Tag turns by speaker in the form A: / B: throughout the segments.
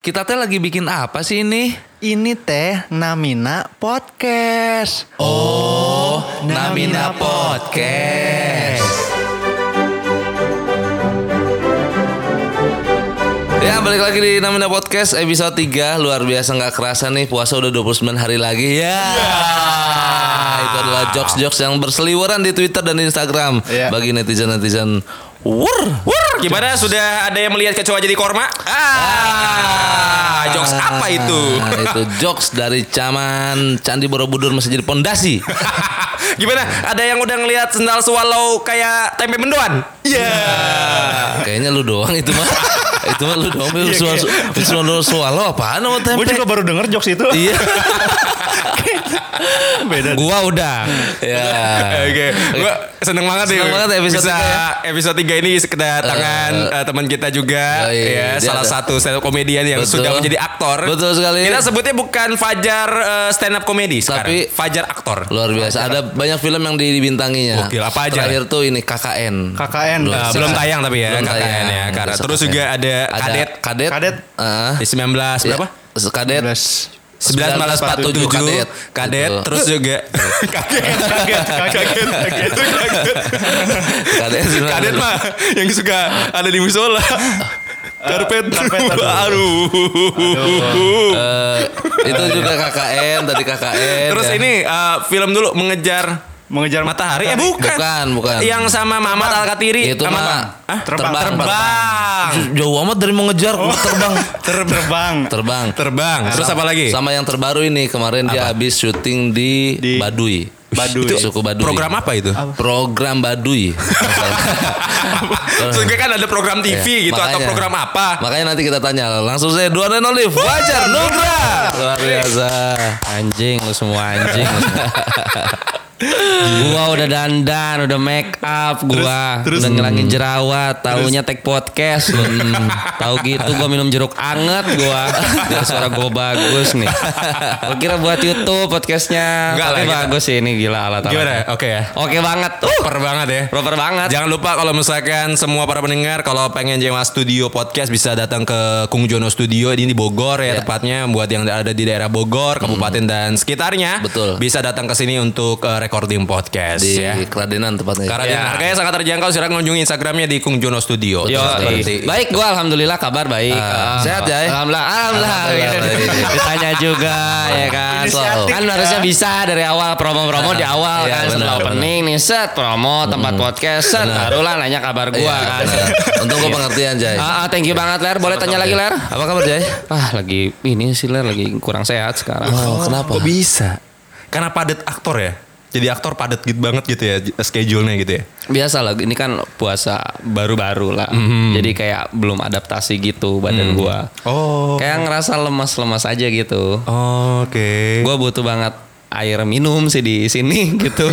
A: Kita teh lagi bikin apa sih ini?
B: Ini teh Namina Podcast.
A: Oh, Namina Podcast. Ya, balik lagi di Namina Podcast episode 3. Luar biasa nggak kerasa nih, puasa udah 29 hari lagi. Ya.
C: Ya.
A: Itu adalah jokes-jokes yang berseliweran di Twitter dan Instagram
B: Iya.
A: bagi netizen-netizen. Wur, wur.
C: Ya. Gimana sudah ada yang melihat kecoa jadi korma? Ah, jokes apa itu?
A: Nah, itu jokes dari zaman Candi Borobudur masih jadi pondasi.
C: Gimana? Ada yang udah ngelihat sendal swallow kayak tempe mendoan? Iya.
A: Kayaknya lu doang itu mah. itu mah lu doang. Lu
C: Iya,
A: sual sual sual sual apaan sama tempe?
B: Gue juga baru denger jokes itu.
A: Iya. Ah.
B: Beda.
C: Gua udah.
A: ya.
C: Oke, gua seneng banget nih.
A: Seneng banget ya episode
C: Bisa
A: tiga
C: episode 3 ini kedatangan eh, teman kita juga
A: yoi,
C: ya,
A: dia
C: salah
A: ada.
C: satu stand up komedian yang
A: Betul.
C: sudah menjadi aktor.
A: Betul sekali.
C: Kita sebutnya bukan Fajar eh, stand up komedi sekarang,
A: Tapi-
C: Fajar aktor.
A: Luar biasa. Ada banyak film yang dibintanginya.
C: Gokil, apa aja?
A: Terakhir tuh ini KKN.
B: KKN.
A: Luar
C: Eh,
A: biasa.
C: belum tayang tapi ya
A: Belum
C: KKN
A: tayang.
C: ya. Karena
A: Besok
C: terus
A: KKN.
C: juga ada kadet
A: Kadet.
B: Kadet.
A: Heeh.
C: di 19 berapa?
A: Ya, Kadet.
B: Belas.
C: 19 malah 47 kadet, kadet
A: Gitu.
C: terus juga kaget kaget kaget kaget
A: Kadet,
C: kaget
A: 19.
C: kadet mah yang suka ada di musola karpet
B: karpet, aduh.
C: baru
A: Eh, itu juga KKN tadi KKN.
C: terus
A: ya.
C: ini eh, film dulu mengejar
B: Mengejar
C: matahari eh bukan
A: Bukan, bukan.
C: yang sama Mamat Al Katiri
A: itu
C: sama
A: mah
C: Hah?
B: Terbang,
C: terbang
A: Jauh amat dari mau ngejar terbang.
B: Terbang.
A: Terbang.
C: terbang Oh. Nah, terus apa lagi
A: Sama yang terbaru ini kemarin dia habis syuting di,
B: Di-
A: Baduy.
B: Baduy.
A: Itu suku Baduy.
C: program apa itu
A: Program Baduy.
C: Sehingga kan ada program TV
A: Iya,
C: gitu atau
A: makanya.
C: program apa.
A: Makanya nanti kita tanya langsung saya Dua dan Olive Wajar Nugra luar biasa
D: Anjing lu semua anjing. lu semua. gua udah dandan, udah make up, gua
B: Terus- terus-
D: udah ngilangin jerawat, taunya tag podcast. lu. Hmm, tahu gitu gua minum jeruk anget gua. Biar suara gua bagus nih. Gua kira buat YouTube podcastnya.
C: Enggak
D: Tapi
C: lah, kita-
D: bagus sih ini gila alat
C: Gimana? Oke ya.
D: Oke banget. Uh,
C: Proper banget ya.
D: proper banget.
C: Jangan lupa kalau misalkan semua para pendengar kalau pengen Jewa Studio Podcast bisa datang ke Kung Jono Studio ini di Bogor
D: Iya.
C: ya tepatnya buat yang ada di daerah
D: Hmm.
C: Bogor, kabupaten dan sekitarnya.
A: Betul.
C: Bisa datang ke sini untuk eh, recording podcast
A: di
C: ya.
A: Keradenan tempatnya.
C: Karena dia
D: Ya.
C: harganya sangat terjangkau silahkan kunjungi Instagramnya di Kung Jono Studio.
D: Yo,
C: Terus nanti-
D: iya. baik gua alhamdulillah kabar baik. Ah,
A: sehat, Jai?
D: Alhamdulillah, alhamdulillah.
A: Alhamdulillah.
D: Ditanya juga ya kan.
B: Inisiatif,
D: kan
B: ya.
D: harusnya bisa dari awal promo-promo di
A: Iya,
D: awal kan
A: benar,
D: setelah
A: benar. Hmm.
D: opening nih set promo tempat podcast set barulah nanya kabar gua
A: Iya,
D: kan.
A: benar. Untung gua pengertian Jai.
D: Ah, ah, thank you banget Ler. Boleh tanya lagi Ler?
A: Apa kabar Jai?
D: Ah, lagi ini sih Ler lagi kurang sehat sekarang.
A: Oh, kenapa?
C: Kok bisa? Karena padat aktor ya. Jadi aktor padat gitu banget gitu ya j- schedule-nya gitu ya.
D: Biasa lah, ini kan puasa baru-baru lah.
A: Hmm.
D: Jadi kayak belum adaptasi gitu badan gua.
C: Oh.
D: Kayak ngerasa lemas-lemas aja gitu.
C: Oke.
D: gue butuh banget air minum sih di sini gitu.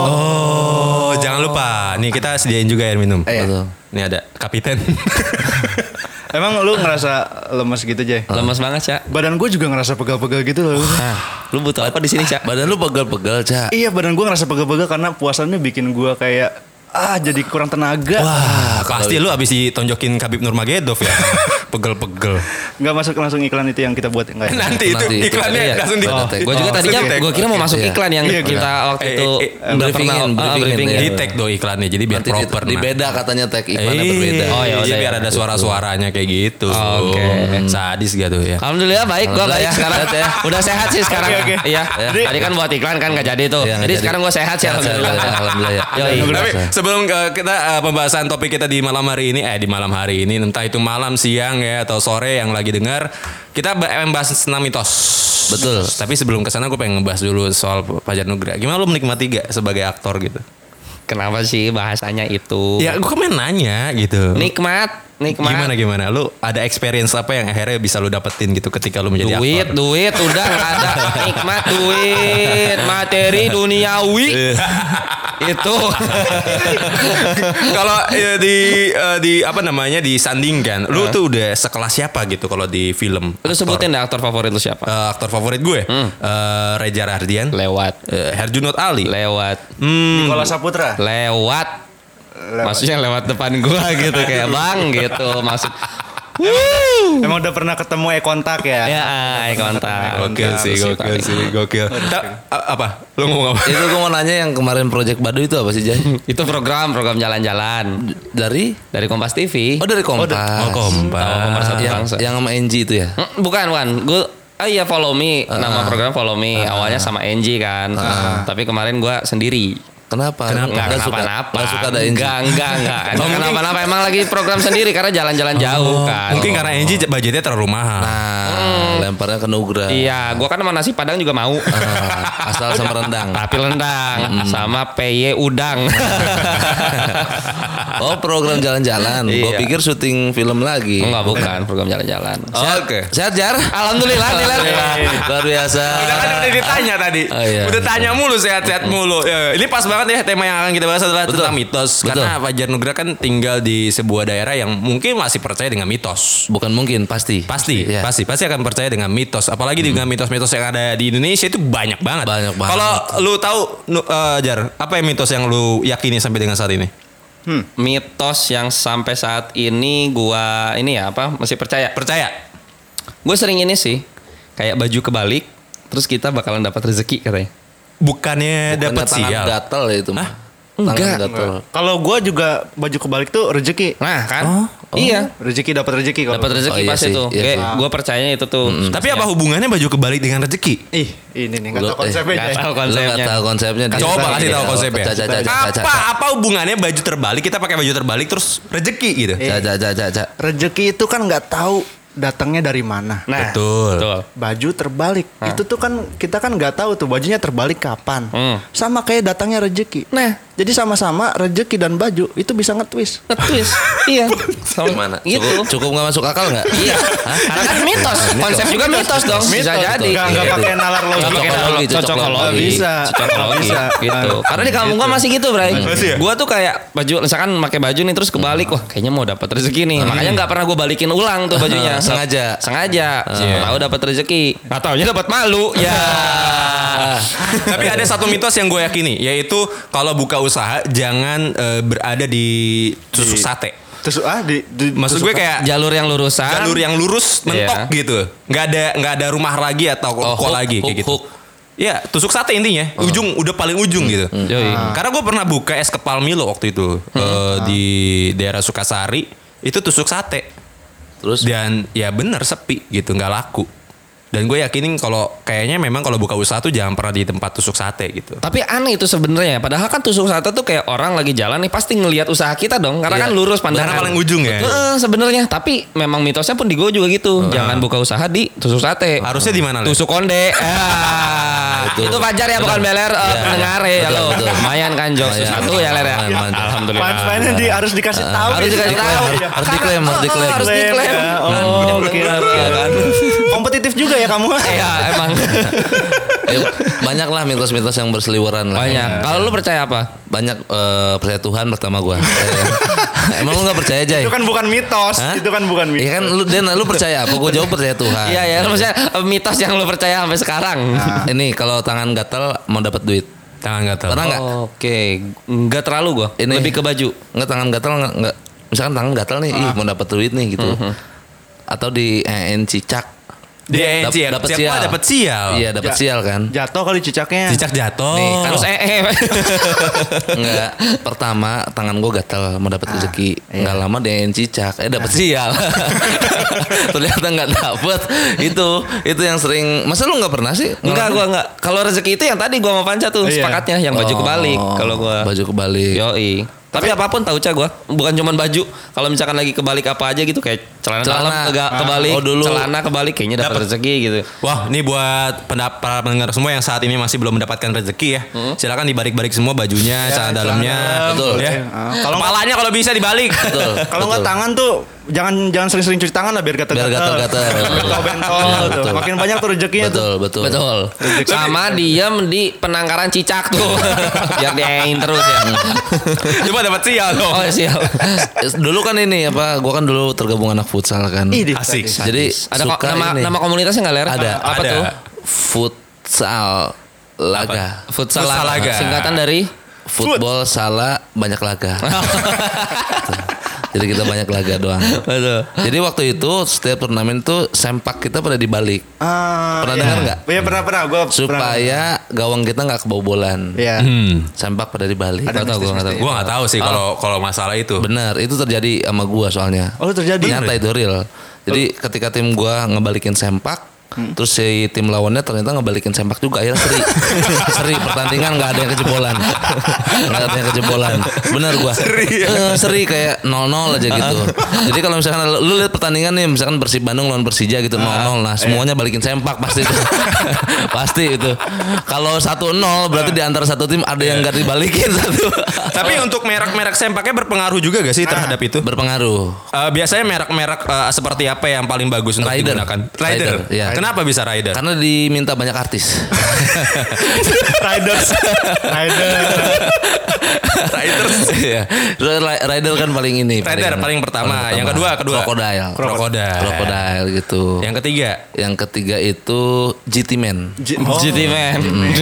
C: Oh, jangan lupa. Nih kita sediain juga air minum.
B: Eh,
A: Betul.
C: Ini ada kapiten.
B: Emang lu ngerasa lemes gitu, Jay?
D: Lemas banget, Cak.
B: Badan gue juga ngerasa pegal-pegal gitu loh.
D: Nah, lu butuh apa di sini, Cak?
A: Badan lu pegel-pegel, Cak.
B: iya, badan gue ngerasa pegal-pegal karena puasannya bikin gue kayak ah jadi kurang tenaga.
C: Wah, Ah, pasti lu abis ditonjokin Khabib Nurmagedov ya. Pegel-pegel.
B: Nggak masuk langsung iklan itu yang kita buat enggak ya?
C: Eh, Nanti itu
A: Nanti itu
C: iklannya
A: tadi ya.
C: langsung di.
A: Oh,
D: Gue juga
C: Oh,
D: tadinya
C: langsung di-tag.
D: gue kira mau masuk
A: Iya.
D: iklan yang
B: Iya,
D: kita waktu
C: Eh,
D: itu
C: eh, eh,
D: nggak
A: briefingin,
D: pernah- ah,
A: briefingin,
D: briefingin.
A: iya.
C: Di tag do iklannya jadi biar
A: Nanti di-
C: proper. nah.
A: dibeda katanya tag iklannya
C: Eh,
A: berbeda.
D: Oh, ya
C: jadi
D: udah,
C: biar
D: ya.
C: ada suara-suaranya kayak gitu.
D: Oke.
C: Sadis gak tuh ya?
D: Alhamdulillah baik, gue
A: Alhamdulillah
D: baik
A: ya,
D: sekarang.
A: sehat ya.
D: Udah sehat sih sekarang.
B: Oke, oke.
D: Iya.
B: Jadi-
D: Tadi kan buat iklan kan gak jadi tuh.
A: Iya, nggak
D: Jadi
A: jadi.
D: sekarang gue sehat sih
A: Sehat, sehat,
D: alhamdulillah.
A: sehat, alhamdulillah, ya.
D: Yoi.
A: Alhamdulillah.
C: Tapi
A: Berasa.
C: sebelum eh, kita eh, pembahasan topik kita di malam hari ini eh di malam hari ini entah itu malam, siang ya atau sore yang lagi dengar, kita ba- eh, membahas tentang mitos.
A: Betul.
C: Tapi sebelum ke sana gue pengen ngebahas dulu soal Fajar Nugra. Gimana lu menikmati gak sebagai aktor gitu?
D: Kenapa sih bahasanya itu?
C: Ya gue main nanya gitu.
D: Nikmat, nikmat.
C: Gimana gimana? Lu ada experience apa yang akhirnya bisa lu dapetin gitu ketika lu menjadi
D: duit,
C: aktor?
D: duit, udah nggak ada nikmat duit, materi duniawi itu.
C: Kalau eh, di eh, di apa namanya disandingkan, lu tuh udah sekelas siapa gitu kalau di film?
D: Uh. Lu
C: aktor?
D: sebutin deh aktor favorit lu siapa?
C: Eh, aktor favorit gue eh, Reza Rahardian
D: Lewat,
C: eh, Herjunot Ali
D: lewat,
C: hmm,
B: Nikola Saputra.
D: lewat. Maksudnya lewat depan gua gitu kayak bang gitu maksud.
B: Emang udah pernah ketemu eye kontak ya?
D: Ya, eye contact.
C: Gokil sih, gokil sih, gokil. Ta- a- Apa? Lu ngomong apa?
A: itu gue mau nanya yang kemarin Project Badu itu apa sih Jay? Oh,
D: Itu program, program jalan-jalan
A: Dari?
D: dari Kompas TV.
A: Oh dari Kompas.
C: Oh, Kompas.
A: Oh,
D: Pemersatu
A: yang,
D: Bangsa.
A: yang sama NG itu ya?
D: Hmm, Bukan, bukan. Gue Ah iya follow me nama program follow me
A: Ah.
D: awalnya sama NG kan tapi kemarin gua sendiri
A: Kenapa? Nggak
D: Kenapa? Nggak
A: suka,
D: kenapa-napa.
A: nggak suka ada Oh, NG.
D: Nggak, nggak, nggak. Nggak kenapa-napa. Emang lagi program sendiri karena jalan-jalan
A: Oh,
D: jauh kan.
C: Mungkin karena Angie budgetnya terlalu mahal.
A: Nah, lemparnya ke Nugra.
D: Iya, gua kan sama nasi padang juga mau.
A: Ah, asal sama rendang.
D: Tapi rendang sama PY udang.
A: Oh program jalan-jalan. Gue
D: Iya.
A: pikir syuting film lagi.
D: Enggak bukan program jalan-jalan.
A: Sehat-
C: Oke.
A: Sehat Jar?
D: Alhamdulillah, Dilan.
A: Luar biasa.
C: Udah kan udah ditanya tadi.
A: Oh, iya.
C: Udah tanya mulu sehat-sehat mulu. Ya, ini pas banget ya tema yang akan kita bahas adalah
A: Betul.
C: tentang mitos.
A: Betul.
C: Karena Fajar Nugra kan tinggal di sebuah daerah yang mungkin masih percaya dengan mitos.
A: Bukan mungkin, pasti.
C: Pasti,
A: Iya.
C: pasti, pasti akan percaya dengan mitos. Apalagi dengan mitos-mitos yang ada di Indonesia itu Hmm. banyak banget.
A: Banyak banget.
C: Kalau lu tahu Nu- eh, Jar, apa yang mitos yang lu yakini sampai dengan saat ini?
D: Mitos yang sampai saat ini gua ini ya apa masih percaya.
C: Percaya?
D: Gue sering ini sih kayak baju kebalik terus kita bakalan dapat rezeki katanya. Eh,
C: Bukannya
A: Bukannya
C: dapat
A: tangan
C: sial.
A: gatel ya itu. mah.
D: Enggak.
A: Tangan gatel.
B: Kalau gua juga baju kebalik tuh rezeki.
D: Nah kan?
B: Oh,
D: Iya.
B: Rezeki dapat rezeki kalau.
D: Dapat rezeki
A: Oh, iya
D: pas
A: sih,
D: itu.
A: iya
D: Kayak
A: sih.
D: gue percayanya itu tuh.
C: Tapi apa hubungannya baju kebalik dengan rezeki?
B: Ih, ini nih enggak
A: Lu-
B: tahu
A: eh,
B: konsepnya.
D: Gak
B: Jay.
D: tahu
A: Lu nggak
D: konsepnya.
A: tahu konsepnya. dia.
C: Coba kasih
A: Iya,
C: tahu konsepnya.
A: Caca, caca, caca,
C: apa
A: caca.
C: apa hubungannya baju terbalik kita pakai baju terbalik terus rezeki gitu?
A: Caca, caca, caca.
B: Rezeki itu kan nggak tahu datangnya dari mana.
D: Nah,
C: Betul.
B: Baju terbalik. Itu tuh kan kita kan nggak tahu tuh bajunya terbalik kapan.
D: Hmm.
B: Sama kayak datangnya rezeki.
D: Nah.
B: Jadi sama-sama rezeki dan baju itu bisa nge-twist.
D: Ngetwist. iya. Sama
A: Gimana?
D: Gitu.
A: Cukup, cukup gak masuk akal gak?
D: Iya. Karena kan mitos. Konsep juga mitos dong. Bisa jadi.
B: Nggak nggak
A: Iya.
B: pakai nalar
D: Nggak
B: logik.
D: pakai
A: Cocokologi,
D: nalar,
A: cocokologi.
D: cocokologi.
B: Bisa.
D: Cocokologi,
B: Bisa.
D: gitu. Karena di kampung gua masih gitu, Bray.
C: Masih ya?
D: Gua tuh kayak baju misalkan pakai baju nih terus kebalik, wah kayaknya mau dapat rezeki nih. Makanya nggak pernah gua balikin ulang tuh bajunya.
A: Sengaja.
D: Sengaja. Siapa
C: Iya.
D: tahu dapat rezeki. Enggak taunya dapat malu. Ya.
C: Tapi ada satu mitos yang gue yakini, yaitu kalau buka usaha jangan eh, berada di tusuk sate.
B: Terus ah di, di-
C: Maksud gue
B: terus-
C: kayak
D: Jalur yang lurusan.
A: Kan
C: jalur yang lurus mentok
D: Iya.
C: gitu, nggak ada nggak ada rumah lagi atau
A: Oh,
C: kok
A: hook,
C: lagi
A: hook,
C: kayak gitu.
A: hook. Oh. Hmm.
C: Ya tusuk sate intinya, ujung udah paling ujung gitu.
D: Yoi.
C: Ah. Karena gue pernah buka es kepal Milo waktu itu
A: Hmm.
C: eh, di daerah Sukasari, itu tusuk sate.
A: Terus
C: dan ya bener sepi gitu nggak laku dan gue yakinin kalau kayaknya memang kalau buka usaha tuh jangan pernah di tempat tusuk sate gitu
D: Tapi aneh itu sebenarnya. Padahal kan tusuk sate tuh kayak orang lagi jalan nih pasti ngelihat usaha kita dong. Karena
A: Iya.
D: kan lurus pandangan.
C: Karena paling ujung ya?
D: Heeh, sebenarnya. Tapi memang mitosnya pun di gue juga gitu. Jangan buka usaha di tusuk sate.
C: harusnya di mana Lid?
D: tusuk konde. Ah.
A: Betul.
D: itu Fajar ya bukan
A: Betul.
D: beler eh,
A: Iya.
D: pendengar ya
A: Betul,
D: lo.
A: betul.
D: Lumayan kan jokes
A: Lumayan.
D: satu ya ler ya.
A: Lumayan, lumayan.
B: Punchline-nya di- harus dikasih tahu.
D: Ah, Harus
B: gitu.
D: dikasih tahu.
A: iya, Harus diklaim, harus diklaim, harus
D: Karena-
A: diklaim.
D: oh, Harus diklaim.
B: Ya,
A: Nah,
B: Oh,
A: bener,
B: kira-
A: iya kan?
B: Kompetitif juga ya kamu.
D: Iya emang
A: Ya, banyak lah mitos-mitos yang berseliweran lah. Iya.
D: banyak. Kalau lu percaya apa?
A: Banyak eh, percaya Tuhan pertama gua. Eh, Emang lu gak percaya Jay?
B: Itu kan bukan mitos,
A: Hah?
B: itu kan bukan mitos.
A: Iya kan lu Dan lu percaya apa? Gua jawab percaya Tuhan.
D: Iya ya, maksudnya eh, mitos yang lu percaya sampai sekarang.
A: Nah, Ini kalau tangan gatel mau dapat duit.
C: tangan gatal
A: Pernah nggak?
D: Oh. Oke, nggak terlalu gua.
A: Ini-
D: Lebih ke baju.
A: Enggak tangan gatel enggak, enggak misalkan tangan gatel nih, ih mau dapat duit nih gitu.
D: Mm-hmm.
A: Atau di eh, en cicak.
C: di
A: Dap-
C: siap
A: dapet
C: siapa
A: sial.
C: dapat sial
A: Iya, dapat
B: Ja-
A: sial kan?
B: Jatuh kali cicaknya.
C: cicak jatuh
A: Nih, kan
D: Terus
A: Oh.
D: eh eh.
A: Enggak, pertama tangan gue gatel mau dapat
B: Ah,
A: rezeki.
B: iya.
A: Enggak lama dia yang cicak, eh dapat sial. Ternyata enggak dapat. Itu itu yang sering. Masa lu enggak pernah sih?
D: Enggak gua enggak. Kalau rezeki itu yang tadi gua sama Panca tuh
B: Iya.
D: sepakatnya yang baju
A: Oh,
D: kebalik kalau gua.
A: Baju kebalik.
D: Yoi. Tapi apapun tahu cah gua, bukan cuman baju. Kalau misalkan lagi kebalik apa aja gitu kayak celana,
A: Celana.
D: dalam
B: Ah.
D: kega- kebalik,
A: Oh, dulu.
D: celana kebalik kayaknya dapat
C: Dapet.
D: rezeki gitu.
C: Wah, ini buat pendap- para pendengar semua yang saat ini masih belum mendapatkan rezeki ya. Silakan dibalik-balik semua bajunya, celana dalamnya,
A: Hmm. Ya, Betul.
C: ya.
B: Ah,
C: Kalau
B: kalau-
C: kepalanya kalau bisa dibalik.
A: Betul.
B: Kalau nggak
A: betul.
B: tangan tuh jangan jangan sering-sering cuci tangan lah biar gatel
A: Biar gatel-gatel.
B: Bentol-bentol
A: Iya,
B: tuh.
A: betul.
B: Makin banyak tuh rezekinya tuh.
A: Betul, betul.
D: Betul. Sama diam di penangkaran cicak tuh. Biar diain terus ya.
A: Hmm.
C: Coba dapat sial dong.
D: Oh siap.
A: Dulu kan ini apa? Gua kan dulu tergabung anak futsal kan.
B: Ih, di-
C: Asik.
A: Jadi
D: Ada ko-
A: suka
D: nama
A: ini.
D: nama komunitasnya enggak ler?
A: ada
D: Apa
C: ada.
D: tuh?
A: futsal laga.
D: Futsal
C: Futsal
D: laga.
C: laga.
D: Singkatan dari
A: Football salah banyak laga. Jadi kita banyak laga doang. Jadi waktu itu setiap turnamen tuh sempak kita pada dibalik
B: Ah,
A: Pernah
B: iya.
A: dengar nggak?
B: Iya pernah pernah gue
A: supaya gawang kita nggak kebobolan.
B: Iya.
A: Hmm. Sempak pada dibalik.
B: Ada
A: Nggak tahu, gua nggak tahu.
C: Gue nggak tahu sih
A: Ah.
C: kalau kalau masalah itu.
A: Bener, itu terjadi sama gua soalnya.
B: Oh, lu terjadi?
A: Nyata itu real. Jadi ketika tim gua ngebalikin sempak, terus si tim lawannya ternyata ngebalikin sempak juga akhirnya seri. seri pertandingan nggak ada yang kejebolan. Nggak ada yang kejebolan. Bener gua. Seri, seri kayak 0-0 aja gitu. Jadi kalau misalkan lu- lu lihat pertandingan nih misalkan Persib Bandung lawan Persija gitu 0-0 nah semuanya balikin sempak pasti itu. pasti itu. Kalau 1-0 berarti di antara satu tim ada yang nggak dibalikin satu.
C: Tapi
A: Ah.
C: untuk merek-merek sempaknya berpengaruh juga gak sih terhadap itu?
A: Berpengaruh.
C: Eh, biasanya merek-merek eh, seperti apa yang paling bagus untuk
A: Rider.
C: digunakan?
A: Rider, iya.
C: Kenapa bisa rider?
A: Karena diminta banyak artis.
B: Riders. Riders.
A: Riders. Iya. Ra- Rider kan paling ini.
C: Rider paling pertama. Yang kedua, kedua.
A: Crocodile.
C: Crocodile.
A: Crocodile gitu. Yang,
C: Yang ketiga,
A: ketiga itu GT Man.
B: J- oh,
D: GT Man.
A: Hmm.
B: Man.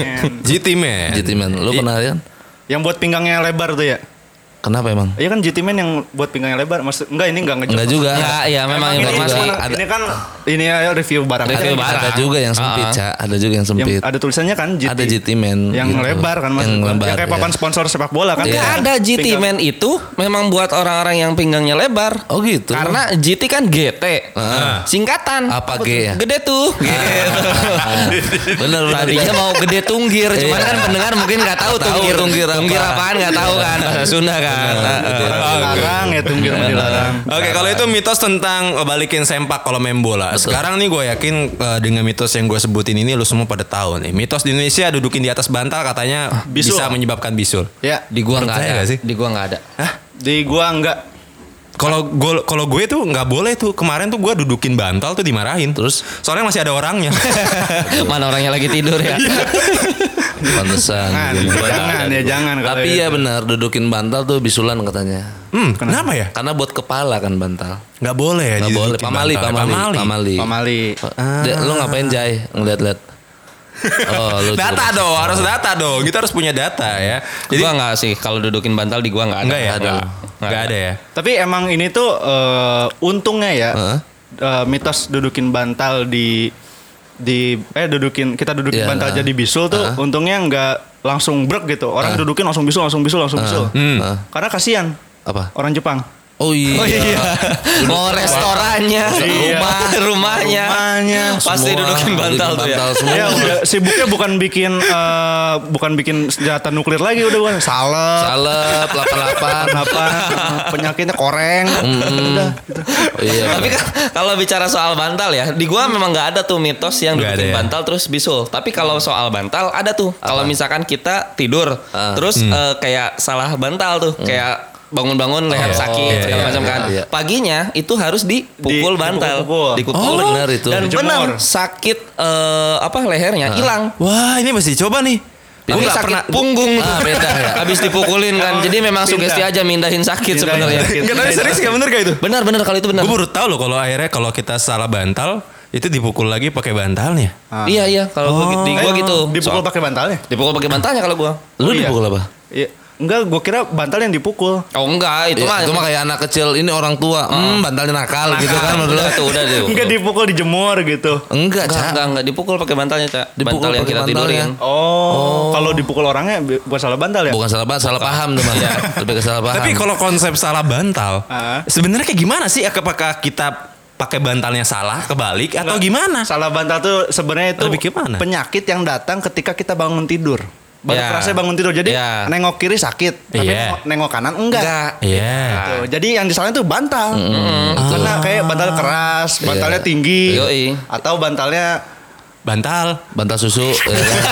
C: GT Man.
A: GT Man. Lu pernah lihat?
B: Yang buat pinggangnya lebar tuh ya?
A: Kenapa emang?
B: Iya kan GT Man yang buat pinggangnya lebar. Maksud enggak ini enggak ngejok.
A: Enggak juga.
D: Enggak,
C: iya,
D: ya memang
B: Ini,
A: Enggak
D: informasi.
A: juga.
B: cuma- ini kan ini ya review barang.
A: Ada,
D: Review
B: Ada-
D: barang.
A: ada juga yang sempit,
D: Ah.
A: Cak. Ada juga yang
B: Yang
A: sempit.
B: ada tulisannya kan GT.
A: Ada GT Man.
B: Yang
A: gitu.
B: lebar kan mas.
A: Yang lebar.
B: Yang kayak
A: iya.
B: papan sponsor sepak bola kan.
A: Iya.
D: Enggak ada GT
B: Pinggang-
D: Man itu memang buat orang-orang yang pinggangnya lebar.
A: Oh gitu.
D: Karena GT kan GT.
A: Ah.
D: Singkatan.
A: Apa
D: tuh?
A: G ya?
D: Gede tuh. Gitu.
A: bener Iya. bener.
C: Iya.
D: Tadinya mau gede tunggir, cuman
A: Iya.
D: kan pendengar mungkin nggak tahu
A: Nggak tahu
D: tunggir.
A: tunggir
D: Tunggir,
A: apa. Iya.
D: apaan nggak tahu kan bahasa Sunda kan.
C: eh,
D: Heeh.
B: Dilarang ya tunggir mah dilarang.
C: Oke, kalau itu mitos tentang eh, balikin sempak kalau main bola. Sekarang nih gue yakin eh, dengan mitos yang gue sebutin ini lu semua pada tahu nih. Mitos di Indonesia dudukin di atas bantal katanya
B: bisul.
C: bisa menyebabkan bisul.
B: Ya.
D: Di gua nggak
C: Percaya
D: ada.
C: nggak sih?
D: Di gua nggak ada.
B: Di gua enggak.
C: Kalau gue kalau gue tuh nggak boleh tuh kemarin tuh gue dudukin bantal tuh dimarahin terus soalnya masih ada orangnya.
D: Mana orangnya lagi tidur ya?
A: Iya. Pantesan.
B: Jangan,
A: gitu.
B: jangan ya jangan. kalau
A: Tapi ya benar dudukin bantal tuh bisulan katanya.
C: Hmm, kenapa ya?
A: Karena buat kepala kan bantal.
C: Nggak boleh ya.
A: Nggak boleh.
C: didudukin
A: Pamali,
C: bantal.
A: pamali, pamali.
B: Pamali.
A: Dek, lu ngapain Jai? Ngeliat-liat. Oh, lu
C: Data
A: juga.
C: dong, harus data dong. Kita harus punya data ya. Jadi
D: gua nggak Ah, sih. Kalau dudukin bantal di gua nggak ada.
C: enggak ya?
D: Nggak
C: Enggak, enggak ada ya.
B: Tapi emang ini tuh eh, untungnya ya
A: Heeh.
B: eh, mitos dudukin bantal di di eh dudukin kita dudukin
A: Iya,
B: bantal
A: heeh.
B: jadi bisul tuh untungnya nggak langsung brek gitu. Orang dudukin langsung bisul langsung bisul langsung bisul.
A: Hah?
B: Karena kasihan
A: Apa?
B: orang Jepang.
A: Oh iya.
D: Mau restorannya,
B: Iya.
D: rumah, rumahnya,
B: Rumahnya,
D: pasti
A: Semua
D: dudukin bantal tuh ya.
A: bantal semua.
B: Ya udah sibuknya bukan bikin eh, bukan bikin senjata nuklir lagi udah bukan salep
A: Salep, lapan-lapan.
B: apa penyakitnya koreng udah gitu.
A: Oh, iya.
D: Tapi kan kalau bicara soal bantal ya, di gua memang nggak ada tuh mitos yang
C: Nggak
D: dudukin
C: ada ya.
D: bantal terus bisul. Tapi kalau soal bantal ada tuh. Kalau misalkan kita tidur,
A: Ah. Hmm.
D: terus eh, kayak salah bantal tuh, kayak bangun-bangun leher
A: Oh,
D: sakit
A: iya,
D: segala
A: iya,
D: macam
A: iya,
D: kan.
A: iya.
D: Paginya itu harus
B: Di-
D: dipukul bantal,
B: dipukul-pukul.
D: dipukul
A: Oh, benar itu. Ah.
D: Dan
B: Dijemur.
D: benar sakit eh, apa lehernya hilang.
C: Wah, ini mesti coba nih. Gue
D: Ini
C: nggak
D: sakit
C: pernah
D: punggung tuh.
A: Ah, beda ya.
D: Habis dipukulin kan. Jadi memang
B: Pindah.
D: sugesti aja mindahin sakit
B: Pindahin
D: sebenarnya.
B: sakit.
C: Enggak tapi serius gak bener gak itu?
D: Benar benar kalau itu benar.
C: Gue nah, baru tahu loh kalau akhirnya kalau kita salah bantal itu dipukul lagi pakai bantalnya.
B: Ah.
D: Iya iya kalau gua gitu, di gua
B: Eh,
D: gitu.
B: dipukul pakai bantalnya
D: Dipukul pakai bantalnya kalau gua.
A: lu
B: Oh, iya.
A: dipukul apa?
B: Iya. Enggak, gue kira bantal yang dipukul.
D: Oh enggak, itu
A: Iya, Itu,
D: mah
A: mah kayak anak kecil ini orang tua. Hmm, bantalnya nakal, gitu kan menurut lu?
D: udah tuh udah deh.
B: Enggak dipukul dijemur gitu.
A: Enggak,
D: Enggak,
A: Cak.
D: enggak, enggak dipukul pakai bantalnya, Cak.
A: Dipukul
D: Bantal yang
A: pakai
D: kita
A: bantalnya.
D: tidurin.
B: Oh, kalau dipukul orangnya bi- bukan salah bantal ya?
A: Bukan salah paham, salah paham teman.
D: Iya.
A: Lebih ke salah paham.
C: Tapi kalau konsep salah bantal,
B: Ah.
C: sebenarnya kayak gimana sih? Apakah kita pakai bantalnya salah kebalik atau gimana?
B: Salah bantal tuh sebenarnya itu
C: Lebih gimana?
B: penyakit yang datang ketika kita bangun tidur. Banyak
D: Ya.
B: kerasa bangun tidur. Jadi
D: Ya.
B: nengok kiri sakit, tapi
C: Iya.
B: nengok- nengok kanan enggak.
D: Enggak.
C: Iya.
B: Tuh, Gitu. Jadi yang disalahin tuh bantal. Karena kayak bantal keras,
A: Iya.
B: bantalnya tinggi,
D: Yoi.
B: atau bantalnya
C: Bantal.
A: bantal susu ya kan?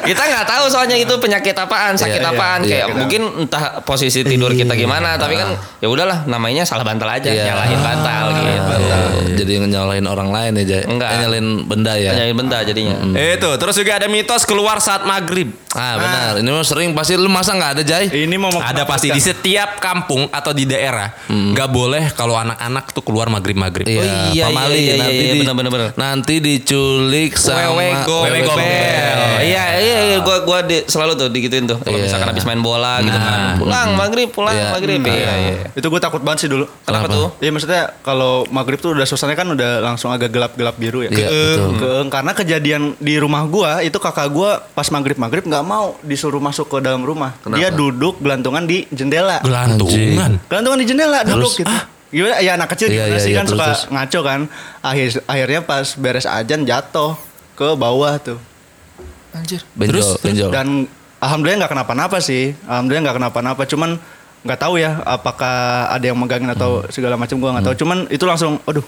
D: Kita nggak tahu soalnya itu penyakit apaan, sakit
A: Iya, iya,
D: apaan
A: iya,
D: kayak
B: kita-
D: mungkin entah posisi tidur kita gimana, tapi kan ya udahlah namanya salah bantal aja,
A: Iya.
D: nyalahin bantal gitu.
A: Iya, jadi nyalahin orang lain ya Jay.
D: Enggak. Iya.
A: Eh, nyalahin benda ya
C: Eh,
D: Nyalahin benda jadinya.
C: Itu, terus juga ada mitos keluar saat maghrib.
A: Ah benar. Ini mah sering pasti lu masa nggak ada Jai?
D: Oh,
B: Ini mau
C: Ada pasti di setiap kampung atau di daerah nggak boleh kalau anak-anak tuh keluar maghrib maghrib.
A: Iya,
D: iya,
A: pamali
D: iya, iya,
A: nanti
D: iya,
A: di-
D: benar, benar, benar.
A: Nanti diculik sama
D: Wewe go-
A: Wewe
D: Wewe
A: Gobel.
D: gobel. Iya, iya, iya, gua gua di- selalu tuh digituin tuh.
A: Iya.
D: Kalau misalkan habis main bola gitu kan.
A: Nah.
D: Pulang maghrib, pulang
A: Iya.
D: maghrib.
A: Hmm.
D: Iya, iya.
B: Itu gue takut banget sih dulu.
D: Kenapa tuh?
B: Iya maksudnya kalau maghrib tuh udah suasananya kan udah langsung agak gelap-gelap biru ya.
A: Iya, betul.
B: Keeng, keeng. Karena kejadian di rumah gua itu kakak gua pas maghrib-maghrib nggak mau disuruh masuk ke dalam rumah.
A: Kenapa?
B: Dia duduk gelantungan di jendela.
C: Gelantungan.
B: Gelantungan di jendela duduk
A: Terus? ah.
B: gitu. Gimana? Ya anak kecil
A: Iya,
B: gimana
A: iya,
B: sih
A: iya,
B: kan
A: terus,
B: suka
A: terus.
B: ngaco kan. Akhir, akhirnya pas beres ajan jatuh ke bawah tuh.
C: Anjir.
A: Benjol,
C: Terus
A: benjol.
B: Dan alhamdulillah nggak kenapa-napa sih. Alhamdulillah nggak kenapa-napa. Cuman nggak tahu ya apakah ada yang megangin atau
A: Hmm.
B: segala macam gua nggak tahu. Cuman itu langsung, aduh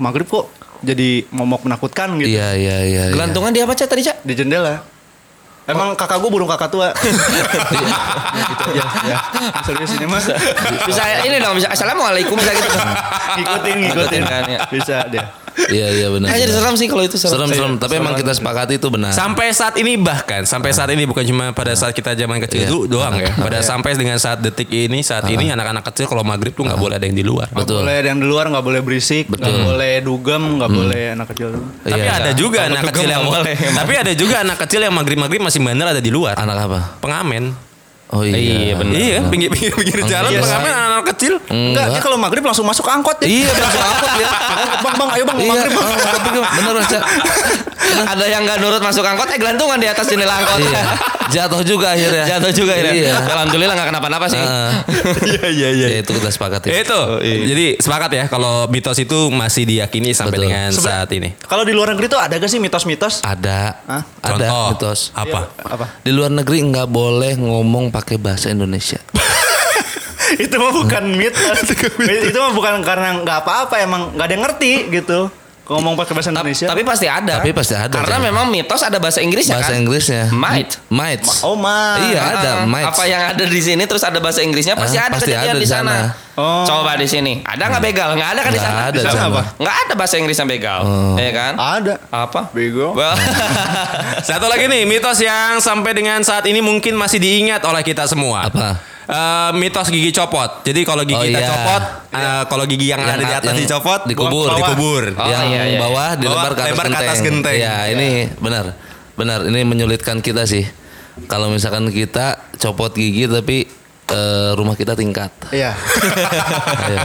B: maghrib kok jadi momok menakutkan gitu
A: Iya iya iya. iya.
D: Gelantungan dia apa, Cak, tadi, Cak?
B: di jendela. Emang kakak gue burung kakak tua. ya, gitu aja. Ya. Serius ini mah.
D: Bisa ini dong, bisa Assalamualaikum bisa gitu.
B: ngikutin ngikutin
D: Ngikutin kan, ya.
B: Bisa dia.
A: Iya iya benar.
D: Hanya
A: benar.
D: serem Iya, sih kalau itu
A: Serem serem. Tapi emang kita sepakati itu benar. Iya.
C: Sampai saat ini bahkan sampai saat ini bukan cuma pada saat kita zaman kecil
A: Iya.
C: dulu doang ya. Pada sampai dengan saat detik ini saat ini anak-anak kecil kalau maghrib tuh nggak boleh ada yang di luar.
B: Nggak
A: Betul.
B: boleh ada yang di luar, nggak boleh berisik, nggak boleh dugem, nggak boleh anak kecil.
C: Tapi
A: Iya.
C: ada juga anak kecil yang boleh. Tapi ada juga anak kecil yang maghrib-maghrib masih bandel ada di luar.
A: Anak apa?
C: Pengamen.
A: Oh iya.
D: Iya, benar.
C: Iya, pinggir-pinggir pinggir jalan
A: Iya.
C: pengamen anak-anak kecil.
B: Enggak, dia kalau maghrib langsung masuk angkot ya.
A: Iya benar angkot ya.
B: Bang, bang, ayo bang,
A: Iya.
B: maghrib bang.
A: oh, tapi gua- Benar Cak.
D: Ada yang nggak nurut masuk angkot, eh gelantungan di atas jendela angkot.
A: Iya. Jatuh juga akhirnya.
D: Jatuh juga
A: Iya. Ah.
D: ya. Alhamdulillah nggak kenapa-napa sih.
C: Iya, iya,
A: Ya Eh, itu kita sepakati.
C: Itu.
A: iya.
C: Jadi sepakat ya kalau mitos itu masih diyakini sampai
A: Betul.
C: dengan
B: Sebe-
C: saat ini.
B: Kalau di luar negeri tuh ada gak sih mitos-mitos?
A: Ada.
B: Hah?
A: Ada
C: Contoh,
A: mitos.
C: apa?
B: Apa?
A: Di luar negeri nggak boleh ngomong pakai bahasa Indonesia.
B: itu mah bukan mitos. itu mah bukan karena nggak apa-apa emang nggak ada yang ngerti gitu. Ngomong pakai bahasa Indonesia.
D: Tapi pasti ada.
A: Tapi pasti ada,
D: Karena
A: Cak.
D: memang mitos ada bahasa Inggrisnya
A: Bahasa
D: kan.
A: Inggrisnya.
D: Might.
A: Might.
B: oh ma.
A: Iya
D: Ah,
A: ada
D: ah.
A: mites.
D: Apa yang ada di sini terus ada bahasa Inggrisnya pasti
A: Ah,
D: ada
A: pasti ada
D: kejadian di
A: di
D: sana.
A: sana. Iya.
B: Oh.
D: Coba di sini. Ada nggak begal? Nggak ada kan di
A: Nggak
D: sana?
A: ada
B: Di sana
A: Cak.
B: apa?
D: Nggak ada bahasa Inggris yang begal.
A: Oh.
D: Ya kan?
B: Ada.
D: Apa?
B: Bego.
D: Well,
C: Satu lagi nih mitos yang sampai dengan saat ini mungkin masih diingat oleh kita semua.
A: Apa?
C: Eh, mitos gigi copot. Jadi kalau gigi
A: Oh,
C: kita
A: iya.
C: copot, eh, kalau gigi yang,
A: Yang
C: ada di
A: a-
C: atas
A: yang
C: dicopot,
A: dikubur.
C: buang ke bawah. dikubur.
D: Oh,
A: yang
D: iya, iya.
A: bawah dilebar
C: Bawah,
A: ke atas
C: lebar ke
A: genteng.
C: atas genteng.
A: Iya, ini benar. Benar, ini menyulitkan kita sih. Kalau misalkan kita copot gigi tapi eh, rumah kita tingkat.
B: Iya.
A: Ayo.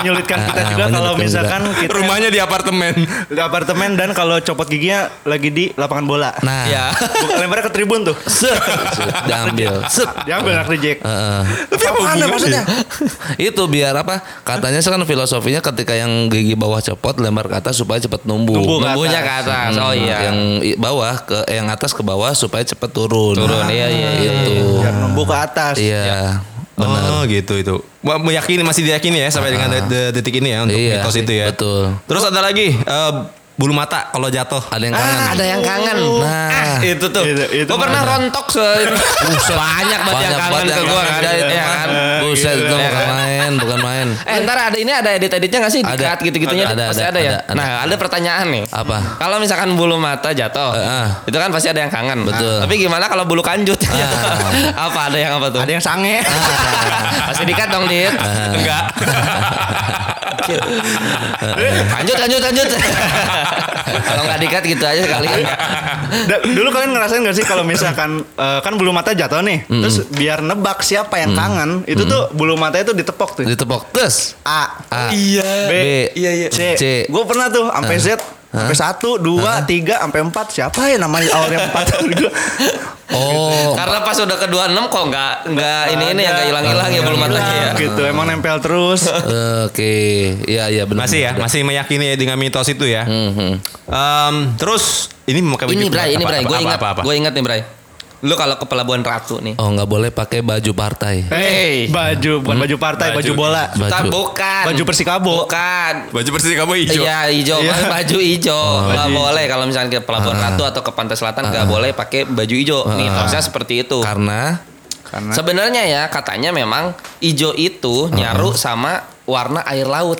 B: Menyulitkan kita
A: Ah,
B: juga kalau
A: menyulitkan
B: misalkan kita
C: Rumahnya di apartemen.
B: di apartemen dan kalau copot giginya lagi di lapangan bola.
A: Nah,
C: Iya.
D: ya.
B: Bukan lembarnya ke tribun tuh.
A: set, set, diambil. Set.
B: Diambil anak reject.
A: Heeh.
B: Tapi apa aneh maksudnya?
A: itu biar apa katanya sih kan filosofinya ketika yang gigi bawah copot lembar ke atas supaya cepat numbuh,
B: Numbuh.
D: Bumbunya ke
A: Hmm,
D: atas. kan? Oh iya.
A: yang i- bawah ke eh, yang atas ke bawah supaya cepat turun Nah,
D: Turun, iya, iya, iya,
A: itu
B: Biar nembus ke atas.
A: iya
C: Oh gitu itu. Wah, meyakini masih diyakini ya sampai dengan de- de- detik ini ya untuk
A: Ah. Iya,
C: mitos itu ya.
A: betul.
C: Terus ada lagi eh, bulu mata kalau jatuh. Ah,
A: ada yang kangen
D: Ah, ada yang kangen.
A: Nah.
D: Ah, itu tuh.
B: Itu- itu
D: Gua pernah rontok se banyak banget yang kangen ke gua kan.
A: ada itu
D: Iya
A: kan
D: kan?
A: buset itu bukan main bukan main
D: Eh ntar ada ini ada edit-editnya gak sih? Di
A: Ada.
D: cut gitu-gitunya
A: Ada,
D: pasti
A: ada,
D: ada, ya?
A: ada, ada.
D: Nah ada pertanyaan nih
A: Apa?
D: Kalau misalkan bulu mata jatuh
A: Heeh.
D: Itu kan pasti ada yang kangen
A: Betul. Ah.
D: Tapi gimana kalau bulu kanjut yang jatuh? Apa ada yang apa tuh?
B: Ada yang sange.
D: pasti di cut dong Dit
A: Ah.
C: Enggak.
D: Lanjut lanjut lanjut Kalau gak di cut gitu aja sekali
B: Da- dulu kalian ngerasain gak sih kalau misalkan eh, kan bulu mata jatuh nih, terus biar nebak siapa yang kangen, itu tuh bulu mata itu ditepok tuh.
A: ditepok terus
B: A,
A: A,
C: Iya.
B: B,
A: Iya, iya.
B: C.
A: C.
B: Gue pernah tuh sampai Z, sampai satu, dua, tiga, sampai empat. Siapa ya namanya awalnya empat? Gua-
A: oh
D: Karena pas udah ke 26 kok gak, nggak ini-ini yang gak hilang-hilang ya bulu matanya ya
B: gitu emang nempel terus.
A: oke iya iya benar
C: Masih ya, masih meyakini ya dengan mitos itu ya.
A: Hmm,
C: Em, terus ini memakai baju
D: Ini Bray, ini
C: apa,
D: Bray,
C: apa,
D: gue
C: apa,
D: ingat,
C: apa, apa?
D: gue ingat nih Bray. Lu kalau ke Pelabuhan Ratu nih,
A: oh nggak boleh pakai baju partai
B: Eh,
D: Hey.
B: baju bukan baju partai, baju,
C: Baju.
B: bola.
A: Baju.
D: Tak, bukan.
B: Baju Persikabo.
D: Bukan.
C: Baju bersih kamu hijau.
D: Iya hijau,
B: Iya.
D: baju hijau.
A: Oh,
D: Nggak
B: hijau.
D: boleh kalau misalnya ke
A: Ah.
D: Pelabuhan Ratu atau ke Pantai Selatan nggak boleh pakai baju hijau. Nih Mitosnya seperti itu.
A: karena
B: Karena
D: Sebenarnya ya katanya memang hijau itu nyaru sama warna air laut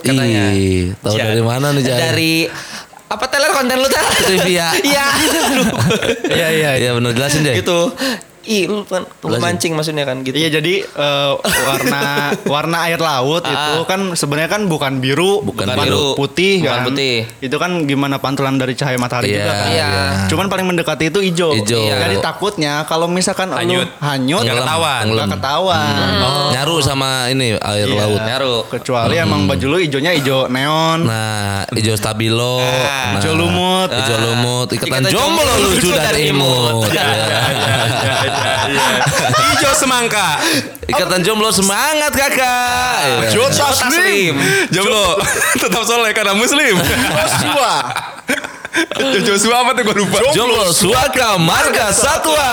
A: Ah.
D: katanya.
A: Ih, tahu
D: Ya.
A: dari mana nih, Jai?
D: Dari apa teler konten lu Tel?
A: Trivia.
D: Iya. Aduh.
A: iya iya iya benar jelasin deh
D: gitu i lu kan pemancing maksudnya kan gitu.
B: Iya jadi eh, warna warna air laut itu kan sebenarnya kan bukan biru,
A: Bukan
D: biru.
B: putih kan.
D: Bukan putih.
B: Itu kan gimana pantulan dari cahaya
A: Iya,
B: matahari juga kan.
D: iya.
B: Cuman paling mendekati itu hijau.
A: Hijau.
B: Jadi takutnya kalau misalkan
C: Hanyut.
B: lu hanyut
C: Nggak ketahuan.
B: nggak ketahuan.
A: Oh. Nyaru sama ini air
B: Iya.
A: laut.
B: Kecuali emang baju lu hijaunya hijau neon.
A: Nah, ijo stabilo, nah,
B: ijo Ah, lumut.
A: ijo lumut, ikatan
D: Ikatan
A: jomblo
D: jomblo
A: lucu dan imut.
D: Iya.
A: Iya.
C: Hijau semangka.
A: Ikatan jomblo semangat kakak.
B: Ah.
A: Iya.
C: Jod taslim. Jomblo. Tetap soleh karena muslim. Joshua. Joshua apa tuh gue lupa.
A: Jomblo suaka marga satwa.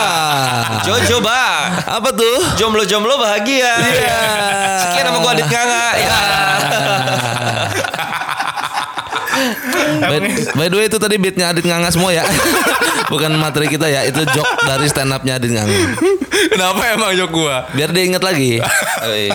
D: Jojo ba.
A: Apa tuh?
D: Jomblo-jomblo bahagia.
A: Iya.
D: Sekian nama gua Adit Nganga. Ya.
A: By, by the way itu tadi beatnya Adit Nganga semua ya. Bukan materi kita ya, itu jok dari stand upnya Adit Nganga.
C: Kenapa emang jok gue?
A: Biar dia inget lagi.
D: Oi.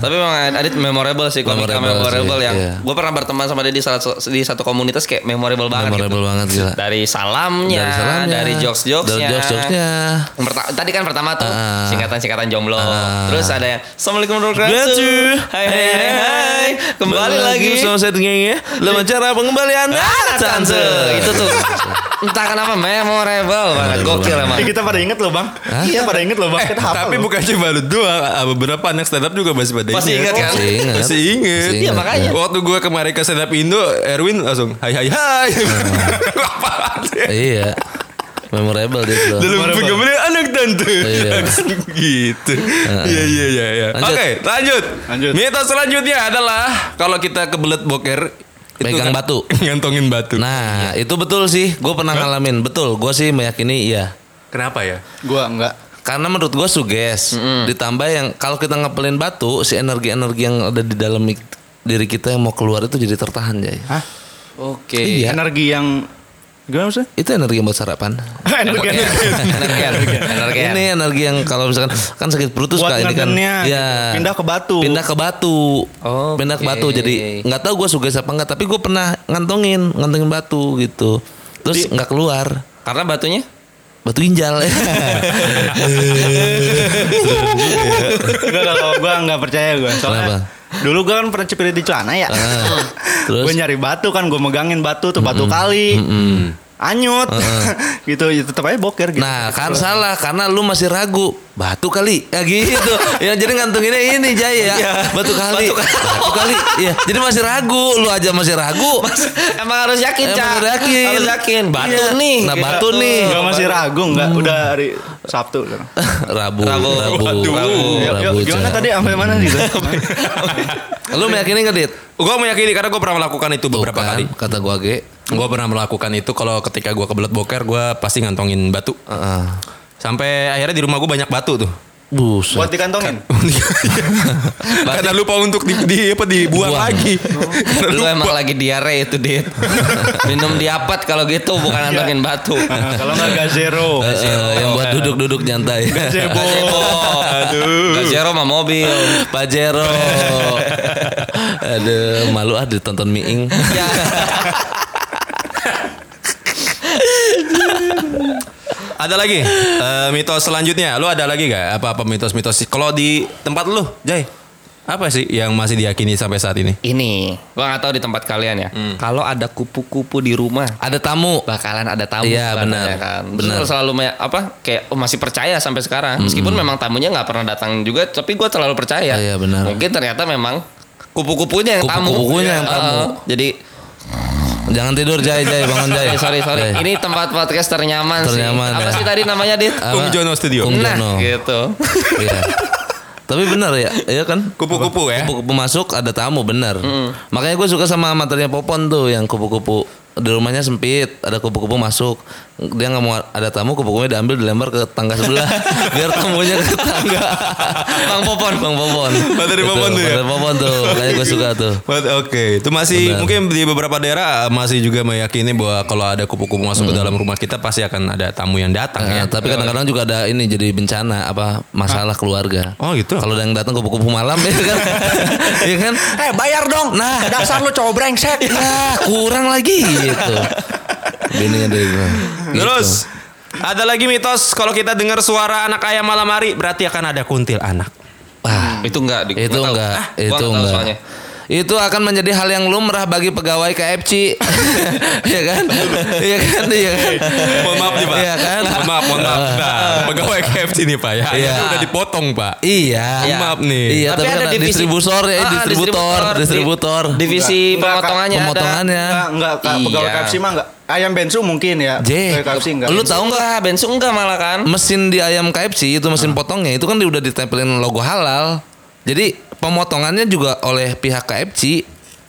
D: Tapi memang Adit memorable sih komika
A: Memorable
D: memorable,
A: sih,
D: yang
A: iya.
D: gue pernah berteman sama dia di salah di satu komunitas kayak memorable banget
A: Memorable
D: gitu.
A: banget gila.
D: Dari salamnya, Ya, dari,
A: salamnya,
D: jokes-jokesnya.
A: dari jokes-jokesnya.
D: Yang perta- tadi kan pertama tuh
A: Ah.
D: singkatan-singkatan jomblo.
A: Ah.
D: Terus ada yang Assalamualaikum warahmatullahi
A: Gratu.
D: wabarakatuh. Hai hai hai. hai. Kembali lagi.
A: sama saya dengan ya. Dalam acara pengembalian
D: Ah, Tante. Itu tuh. Entah kenapa memorable banget. Gokil emang.
B: Eh, kita pada inget loh bang. Iya pada inget loh bang. Kita hafal
C: Eh, Tapi
B: loh.
C: bukan cuma lu doang, ah, beberapa anak stand up juga masih pada
D: Masih ingat kan?
A: Masih ingat.
C: Masih ingat.
A: Masih Iya, ingat,
D: makanya. ya.
C: Waktu gue kemarin ke stand up Indo, Erwin langsung hai hai hai. Apaan sih?
A: Iya. Memorable dia tuh.
C: Dalam pengembangan anak tante
A: Iya.
C: Langsung Gitu Iya iya iya iya.
A: Lanjut.
C: Oke lanjut
B: Lanjut.
C: Mitos selanjutnya adalah Kalau kita kebelet boker itu
A: Pegang
C: kan-
A: batu.
C: Ngantongin batu
A: Nah,
D: Iya.
A: itu betul sih. Gue pernah ngalamin. Betul. Gue sih meyakini iya.
C: Kenapa ya?
B: Gua enggak.
A: Karena menurut gue suges. Ditambah yang kalau kita ngepelin batu, si energi-energi yang ada di dalam ik- diri kita yang mau keluar itu jadi tertahan Jay.
B: Hah?
D: Oke.
A: Iya.
B: Eh, Energi yang gimana maksudnya?
A: Itu energi yang buat sarapan.
B: energi energi.
D: Energian. Energian.
A: Ini energi yang kalau misalkan kan sakit perut tuh
B: Buat
A: suka ini kan.
B: ngedennya, pindah ke batu.
A: Pindah ke batu.
D: Oke.
A: Pindah ke batu. Jadi nggak tahu gue suges apa nggak, tapi gue pernah ngantongin, ngantongin batu gitu. Terus nggak keluar.
D: Karena batunya
A: Batu ginjal.
B: Enggak kalau gua enggak percaya gua. Soalnya
A: Kenapa? Ah,
B: dulu gua kan pernah cepirit di celana ya.
A: terus?
B: Gue nyari batu kan, gue megangin batu tuh batu kali. Anyut. gitu, ya tetap aja boker gitu.
A: Ah, Nah, kan salah karena lu masih ragu. Batu kali. Ya gitu. ya jadi ngantunginnya ini Jaya ya. Batu kali. Batu kali. Iya, jadi masih ragu. Lu aja masih ragu.
D: Emang harus
A: Emang
D: yakin, Cak.
A: harus yakin.
D: Harus yakin. Batu
A: Iya.
D: nih.
A: Nah, batu nih. Mm.
B: Gak masih ragu enggak, udah hari Sabtu. sekarang.
A: Rabu, Rabu,
D: Rabu.
A: Rabu, Rabu,
B: Yuk, yuk, gimana
A: Jaya.
B: tadi sampai mana gitu?
A: Lu meyakini nggak Dit?
C: Gue meyakini karena gue pernah melakukan itu beberapa
A: Bukan,
C: kali
A: Kata gua ge.
C: Gue pernah melakukan itu kalau ketika gue kebelet boker gue pasti ngantongin batu
A: Heeh.
C: Sampai akhirnya di rumah gue banyak batu tuh
A: Buset.
B: Buat dikantongin.
A: Kan.
C: Karena lupa untuk di, di- apa dibuang
A: Buang.
C: lagi Karena
D: Lu
C: lupa.
D: emang lagi diare itu, Dit. Minum diapat kalau gitu bukan antongin batu.
B: Nah, Kalau enggak gak zero.
A: Eh, Iya. yang buat ya. duduk-duduk nyantai.
B: Gazebo.
D: Oh. Gajero mah mobil.
A: Pajero. Aduh, malu ah ditonton Miing.
D: Ya.
C: Ada lagi eh, mitos selanjutnya. Lu ada lagi gak apa-apa mitos-mitos? Kalau di tempat lu, Jay, apa sih yang masih diyakini sampai saat ini?
D: Ini, gua nggak tahu di tempat kalian ya. Kalau ada kupu-kupu di rumah,
A: Ada tamu.
D: bakalan ada tamu
A: Iya, benar.
D: sebenarnya kan
A: Benar.
D: benar selalu me- apa kayak oh, masih percaya sampai sekarang meskipun memang tamunya nggak pernah datang juga tapi gue selalu percaya
A: Iya, benar.
D: mungkin ternyata memang kupu-kupunya yang tamu
A: Kupu-kupunya yang tamu.
D: Heeh. jadi
A: Jangan tidur Jai, Jai bangun Jai.
D: eh, sorry sorry
A: Jai.
D: ini tempat podcast ternyaman,
A: Ternyaman,
D: sih apa
A: ya.
D: sih tadi namanya dit
A: Apa?
C: Kung Jono Studio.
A: Kung
D: nah
A: Jono.
D: gitu
A: Iya. Tapi benar ya, iya kan?
C: Kupu-kupu ya.
A: Kupu-kupu masuk ada tamu benar. Makanya gue suka sama materinya Popon tuh yang kupu-kupu di rumahnya sempit ada kupu-kupu masuk dia nggak mau ada tamu kupu-kupunya diambil dilempar ke tangga sebelah biar tamunya ke tangga bang popon bang popon
C: Materi
A: Itu,
C: Popon tuh ya?
A: materi popon tuh makanya gue suka tuh
C: But, Oke, itu masih
A: Benar.
C: mungkin di beberapa daerah eh, masih juga meyakini bahwa kalau ada kupu-kupu masuk ke dalam rumah kita pasti akan ada tamu yang datang
A: Nah,
C: ya.
A: tapi kadang-kadang juga ada ini jadi bencana apa masalah keluarga
C: Oh, gitu.
A: kalau ada yang datang kupu-kupu malam ya kan ya kan
E: Eh bayar dong.
A: nah
E: Dasar lu cowok brengsek.
A: ya kurang lagi gitu. Bini ada gitu.
C: Terus Ada lagi mitos kalau kita dengar suara anak ayam malam hari berarti akan ada kuntil anak.
A: Wah,
F: Itu enggak. di-
A: Ah, itu
F: gua tahu.
A: enggak,
F: Ah, gua
A: itu
F: tahu
A: enggak.
F: soalnya.
A: Itu akan menjadi hal yang lumrah bagi pegawai KFC. Iya kan? Iya kan? Iya kan?
C: Mohon maaf nih Pak.
A: Iya kan?
C: Mohon maaf, mohon maaf. Nah, pegawai KFC nih Pak ya.
A: Iya.
C: Itu udah dipotong Pak.
A: Iya.
C: Mohon maaf nih.
A: Iya, tapi, kan ada
F: divisi-
A: distributor ya,
F: Ah,
A: distributor,
F: di-
A: distributor.
F: Divisi
B: Enggak. Enggak, Kak.
F: pemotongannya ada.
A: Pemotongannya.
B: Enggak, enggak, Kak. pegawai
F: Iya.
B: KFC mah enggak. Ayam bensu mungkin ya.
A: J,
B: Pegawai KFC enggak.
A: lu tahu nggak
F: Enggak, bensu enggak malah kan.
A: mesin di ayam KFC itu mesin potongnya itu kan udah ditempelin logo halal. Jadi pemotongannya juga oleh pihak KFC.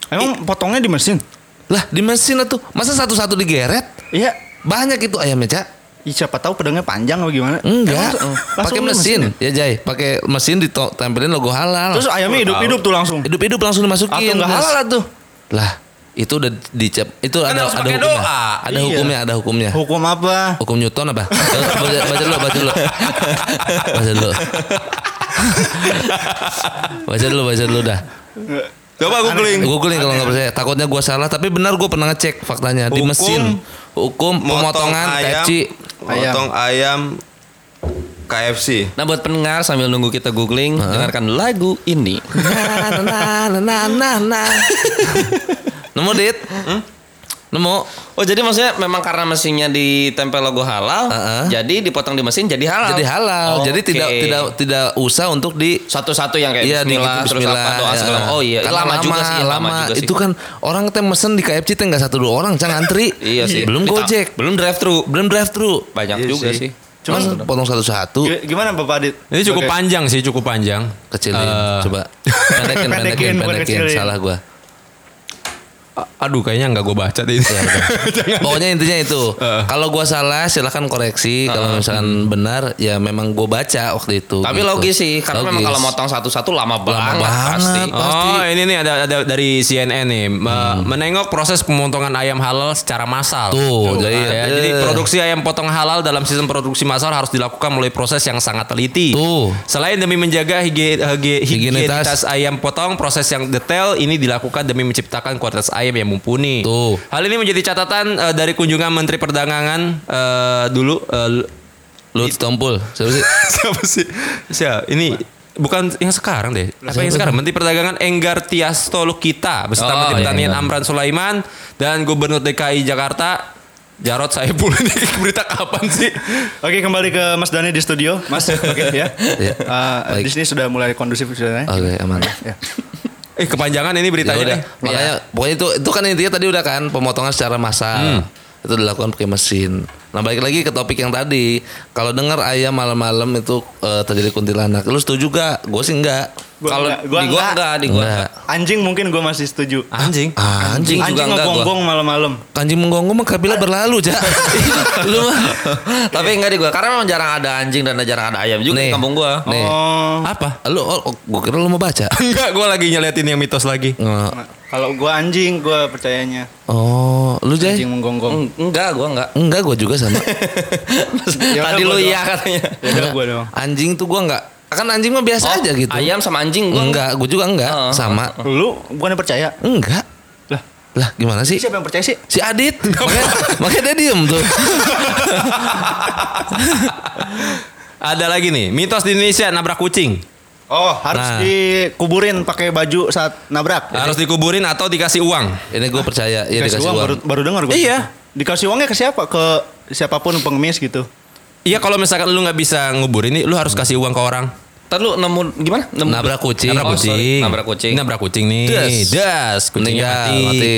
B: Emang potongnya di mesin?
A: Lah di mesin tuh masa satu-satu digeret?
B: Iya.
A: Banyak itu ayamnya cak.
B: Ih, siapa tahu pedangnya panjang atau gimana?
A: Enggak,
B: Emang eh, langsung
A: pakai
B: di
A: mesin. Ya Jay, pakai mesin ditempelin logo halal.
B: Terus ayamnya hidup-hidup tuh langsung.
A: hidup-hidup langsung
B: Atau
A: dimasukin.
B: nggak
A: Terus-
B: halal lah tuh.
A: Lah, itu udah dicap. Itu
C: Kan
A: ada
C: harus
A: ada
C: pakai
A: hukumnya.
C: doa.
A: Ada
B: Iya.
A: hukumnya, ada hukumnya.
B: Hukum apa?
A: Hukum Newton apa? Eh, baca, baca dulu, baca dulu. Baca dulu. baca dulu, baca dulu dah.
C: Coba googling.
A: Googling kalau nggak percaya. Takutnya gua salah, tapi benar gua pernah ngecek faktanya di
C: Hukum
A: mesin. Hukum
G: Motong
A: pemotongan KFC.
B: Ayam.
G: Potong ayam KFC.
F: Nah buat pendengar sambil nunggu kita googling dengarkan lagu ini.
A: Nah, nah, nah, nah, nah, nah. Nemu dit? Nemu?
F: Oh jadi maksudnya memang karena mesinnya ditempel logo halal,
A: Heeh.
F: jadi dipotong di mesin jadi halal. Oh,
A: Jadi halal.
F: Oke.
A: Jadi tidak tidak tidak usah untuk di
F: satu-satu yang kayak
A: Iya di
F: bismillah,
A: gitu,
F: terus apa doa
A: bismillah,
F: segala.
A: ya.
F: Oh iya,
A: Karena
F: lama, juga sih,
A: lama, Itu kan orang teh mesen di KFC teh nggak satu dua orang, cang antri.
F: Iya sih.
A: Belum
F: Kita-
A: Gojek, belum drive thru, belum drive thru.
F: banyak
G: Iya
F: juga
G: sih.
F: sih.
A: Cuman potong
F: Iya.
A: satu-satu
B: G- Gimana Bapak Adit?
C: Ini cukup
B: Sebagai-
C: panjang sih, cukup panjang.
A: kecilin
C: Eh,
A: coba pendekin
B: Pendekin,
A: pendekin
B: bukan
A: pendekin
B: kecilin.
A: salah gua
C: Aduh, kayaknya nggak gue baca deh.
A: Iya,
C: ini.
A: pokoknya intinya itu
F: Eh.
A: kalau gua salah silahkan koreksi kalau misalkan benar ya memang gua baca waktu itu
F: Tapi
A: gitu.
F: logis sih, karena memang
A: Logis.
F: kalau motong satu-satu lama banget,
A: banget.
F: pasti. iya.
A: Pasti.
C: Oh, ini nih ada ada dari CNN nih Me- menengok proses pemotongan ayam halal secara massal.
A: Tuh,
C: jadi,
A: jadi-
C: jadi
A: eh.
C: produksi ayam potong halal dalam sistem produksi massal harus dilakukan melalui proses yang sangat teliti.
A: Tuh.
C: Selain demi menjaga hige- hige-
A: Higienitas.
C: higienitas ayam potong, proses yang detail ini dilakukan demi menciptakan kualitas ayam yang mumpuni.
A: Tuh.
C: Hal ini menjadi catatan eh, dari kunjungan Menteri Perdagangan eh, dulu eh,
A: Lut Tompul siapa sih
C: Siapa sih? Siapa? Ini bukan yang sekarang deh. Apa yang sekarang? Menteri Perdagangan Enggar Tiasto Lukita beserta
A: Oh, iya,
C: Menteri Pertanian
A: Enggar.
C: Amran Sulaiman dan Gubernur DKI Jakarta Jarod Saiful ini berita kapan sih?
B: Oke kembali ke Mas Dani di studio, Mas. Oke ya.
A: Iya.
B: Eh,
A: Baik.
B: di sini sudah mulai kondusif sudah.
A: oke aman
B: Ya.
C: Eh kepanjangan ini beritanya
A: udah.
C: nih. Iya.
A: Makanya pokoknya itu itu kan intinya tadi udah kan pemotongan secara massal. Itu dilakukan pakai mesin. Nah, balik lagi ke topik yang tadi. Kalau dengar ayam malam-malam itu eh, terjadi kuntilanak, lu setuju gak? Gue sih enggak.
B: Gua
F: Kalau
B: enggak, gua
F: di gua
B: enggak.
F: enggak, di gua enggak.
B: Anjing mungkin gue masih setuju.
C: Anjing.
A: Ah, Anjing, juga
B: Anjing
A: enggak gua.
B: ngegonggong malam-malam.
A: Anjing menggonggong mah kabila berlalu, Cak. lu mah
F: Tapi enggak di gua, karena memang jarang ada anjing dan jarang ada ayam juga di
A: Nih.
F: kampung gua.
A: Nih.
B: Oh,
C: Apa?
A: Lu oh, gue kira lu mau baca.
C: Enggak, gue lagi nyeliatin yang mitos lagi.
A: Nge-
B: Nah, kalau gue anjing gue percayanya.
A: Oh, lu Jay?
B: Anjing menggonggong.
F: Eng- Enggak, gua enggak.
A: Enggak, gue juga sama.
B: Ya udah,
F: Tadi
B: gua
F: lu
B: doang.
F: iya katanya.
B: Ya udah gue doang.
A: Anjing tuh gue enggak. Kan anjing mah biasa
D: Oh,
A: aja gitu.
F: Ayam sama anjing gua
A: Enggak, gue juga enggak.
F: Oh.
A: Sama.
B: Lu bukannya percaya?
A: Enggak.
B: Lah,
A: Lah gimana sih?
B: siapa yang percaya sih?
A: Si Adit. makanya, makanya dia diem tuh.
C: Ada lagi nih, mitos di Indonesia nabrak kucing.
B: Oh, harus
A: Nah.
B: dikuburin pakai baju saat nabrak.
C: Harus dikuburin atau dikasih uang.
A: Ini gue percaya. Iya
B: Dikasih
A: dikasih
B: uang, baru,
A: uang.
B: baru dengar gue.
C: Iya.
B: Dikasih uangnya ke siapa? Ke siapapun pengemis gitu.
C: Iya kalau misalkan lu nggak bisa nguburin ini, lu harus
A: Hmm.
C: kasih uang ke orang.
F: Ntar lu nemu gimana? Nemu
A: Nabrak kucing.
F: Nabrak
C: Nabrak
F: kucing.
C: kucing. Oh,
F: Nabrak kucing.
C: Nabrak kucing nih.
A: Das.
C: Das.
A: Meninggal,
C: Kucingnya mati.
A: mati.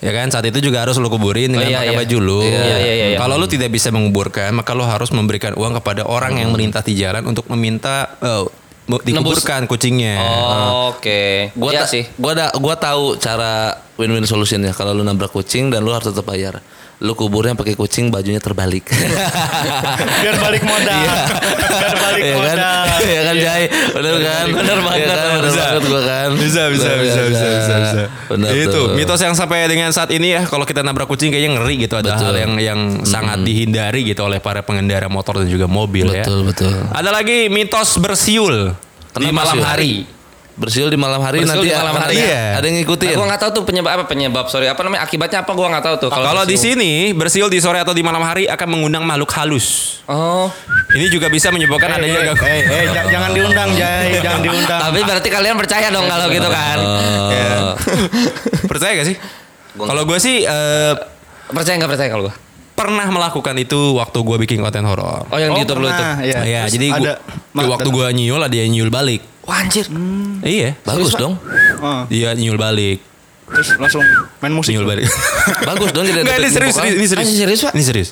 C: Ya kan saat itu juga harus lu kuburin dengan
F: iya,
C: pakai
F: iya.
C: baju lu.
F: Iya, iya, iya, iya.
C: Kalau lu tidak bisa menguburkan, maka lu harus memberikan uang kepada orang yang melintas di jalan untuk meminta eh, mu- dikuburkan kucingnya.
F: Oh, Oke.
A: Gue
F: Iya
A: ta-
F: sih.
A: Gua ada. Gua tahu cara win-win solutionnya. Kalau lu nabrak kucing dan lu harus tetap bayar. Lu kuburnya pakai kucing, bajunya terbalik.
B: Biar balik modal. Biar balik
A: Iya kan?
B: modal.
A: Iya kan, Jai? Bener kan? Bener banget. Bener banget gue kan.
C: Bisa, bisa,
A: Bener, kan?
C: bisa, bisa, bisa, bisa.
A: Bener
C: itu
A: tuh.
C: mitos yang sampai dengan saat ini ya, kalau kita nabrak kucing kayaknya ngeri gitu. Ada
A: Betul.
C: hal yang yang sangat dihindari gitu oleh para pengendara motor dan juga mobil ya.
A: Betul, betul.
C: Ada lagi mitos bersiul di
A: Kenapa
C: malam
A: siul?
C: hari.
A: Bersiul di malam hari
F: Bersiul di
A: nanti
F: malam
A: akan
F: hari.
A: ada,
C: Iya.
A: ada yang ngikutin.
F: Nah, gua nggak tahu tuh penyebab apa penyebab sorry apa namanya akibatnya apa gua nggak tahu tuh
C: Kalau di
F: bersiul.
C: sini bersiul di sore atau di malam hari akan mengundang makhluk halus.
F: oh
C: Ini juga bisa menyebabkan adanya
B: Eh,
C: gangguan.
B: eh, eh, ja- jangan diundang, Jai, jangan diundang.
F: tapi berarti kalian percaya dong kalau gitu kan
C: Percaya gak sih? Kalau gue sih eh,
F: percaya nggak percaya kalau gua
C: pernah melakukan itu waktu gue bikin konten horor.
F: oh yang di
B: Oh,
F: YouTube lu itu
B: pernah, iya.
C: Iya,
B: Terus
C: jadi
B: ada-
C: gua,
B: Ma-
C: waktu gue nyul ada yang nyul balik.
F: wah anjir
C: Iya,
A: Bagus dong.
B: Oh,
C: dia nyul balik,
B: terus langsung main musik.
C: nyul balik.
A: Bagus dong jadi ada
C: Nggak, ini
A: backing
C: serius,
A: vokal.
C: ini ini serius.
F: Ah, ini serius, Pak?
C: Ini serius.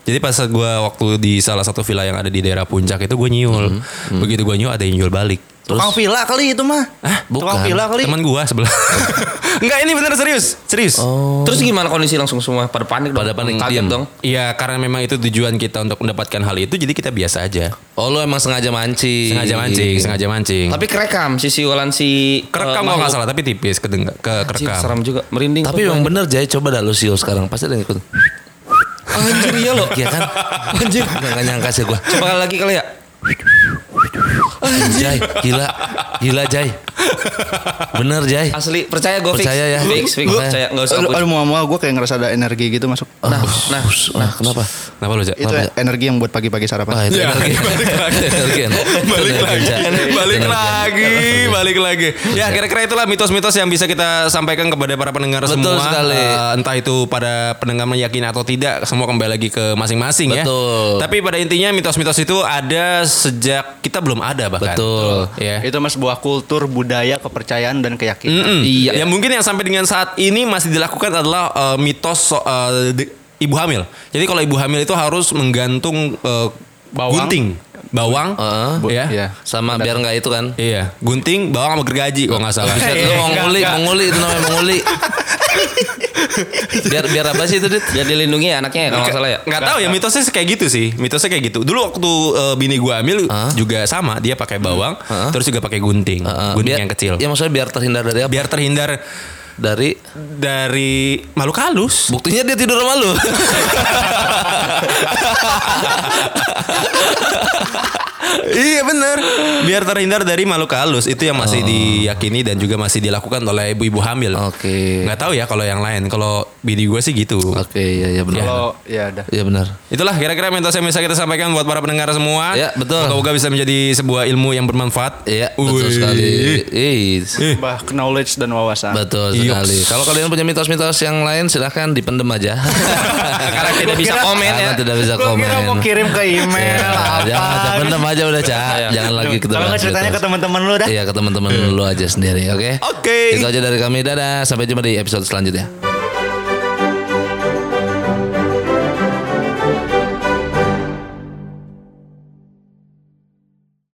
C: Jadi pas gue waktu di salah satu villa yang ada di daerah puncak itu gue nyul. Begitu gue nyul ada yang nyul balik.
B: Tukang villa kali itu mah. Tukang
A: bukan.
B: villa kali.
C: Teman gue sebelah. Enggak ini bener serius, serius.
A: Oh.
F: terus gimana kondisi langsung semua pada panik dong
A: Pada panik,
F: kaget
A: diem.
F: dong
C: Iya karena memang itu tujuan kita untuk mendapatkan hal itu jadi kita biasa aja.
A: Oh lu emang sengaja mancing.
C: Sengaja mancing, sengaja mancing.
F: tapi kerekam si siulan si
C: Hmm.
F: eh,
C: kerekam kalau nggak salah tapi tipis kedeng ke kerekam.
F: seram juga merinding
A: Tapi
F: gua.
A: yang bener Jay coba dah lu siul sekarang pasti ada yang ikut. Anjir iya lo. Iya kan? Anjir. Nggak, nggak nyangka sih gua.
F: coba lagi kali ya
A: Jay, gila. Gila Jay. Bener Jay.
F: asli percaya gue fix
A: Percaya ya.
F: fix fix
A: Lu-
F: percaya nggak usah
B: Aduh,
F: aku-
B: aduh mual-mual gue kayak ngerasa ada energi gitu masuk.
D: Oh,
F: nah nah
A: Us, Nah, kenapa?
C: Kenapa lu, Cak?
B: Itu
A: Maaf,
B: energi yang buat pagi-pagi sarapan.
A: Wah, itu energi. Energi.
C: balik
A: Energi,
C: lagi,
A: Jay.
C: balik
A: Energi.
C: lagi, balik lagi.
A: Iya.
C: Ya kira-kira itulah mitos-mitos yang bisa kita sampaikan kepada para pendengar
A: Betul
C: semua.
A: sekali.
C: Eh, entah itu pada pendengar meyakini atau tidak, semua kembali lagi ke masing-masing ya.
A: Betul.
C: Tapi pada intinya mitos-mitos itu ada sejak kita belum ada bahkan.
A: Betul.
C: Ya.
B: Itu mas sebuah kultur, budaya, kepercayaan dan keyakinan.
C: Mm-mm.
F: Iya.
C: Yang mungkin yang sampai dengan saat ini masih dilakukan adalah eh, mitos so- eh, di- ibu hamil. Jadi kalau ibu hamil itu harus menggantung eh,
B: Bawang.
C: gunting, bawang,
A: Heeh.
B: Bu-
C: ya.
B: iya.
A: Sama biar nggak itu kan.
C: Iya, gunting, bawang sama gergaji kalau Eh, nggak salah.
A: Buset, lu mau nguli, mau nguli itu namanya mau nguli. biar biar apa sih itu dit?
F: biar dilindungi ya anaknya ya kalau nggak salah ya
C: Nggak tahu ya mitosnya kayak gitu sih. Mitosnya kayak gitu. Dulu waktu eh, bini gua hamil juga sama, dia pakai bawang, terus juga pakai gunting,
A: Heeh,
C: gunting
A: biar-
C: yang kecil.
A: Ya maksudnya biar terhindar dari apa?
C: Biar terhindar
A: Dari
C: dari makhluk halus.
A: buktinya dia tidur sama lu.
C: iya bener Biar terhindar dari makhluk halus itu yang
A: Oh.
C: masih diyakini dan juga masih dilakukan oleh ibu-ibu hamil.
A: Oke.
C: Nggak tahu ya kalau yang lain. Kalau bini gua sih gitu.
A: Oke, ya ya benar.
B: Kalau ya ada.
A: Ya benar.
C: Itulah kira-kira mitos yang bisa kita sampaikan buat para pendengar semua.
A: Ya, betul.
C: Moga-moga bisa menjadi sebuah ilmu yang bermanfaat.
A: Iya, betul
C: Wih.
A: sekali. Ih,
B: Bah, knowledge dan wawasan.
A: betul sekali. Kalau kalian punya mitos-mitos yang lain silahkan dipendem aja.
F: karena tidak bisa
B: kira-
F: komen ya
A: Karena tidak bisa
B: Gua
A: komen.
B: kira mau kirim ke email
A: Ya,
B: apa. gitu. Iya.
A: jangan, jangan pendem aja udah, Cak. Jangan lagi gitu. ke
B: Kalau nggak ceritanya ke teman-teman lu dah. Iya.
A: Iya, ke teman-teman lu aja sendiri, oke?
C: Oke.
A: Itu aja dari kami. Dadah, sampai jumpa di episode selanjutnya.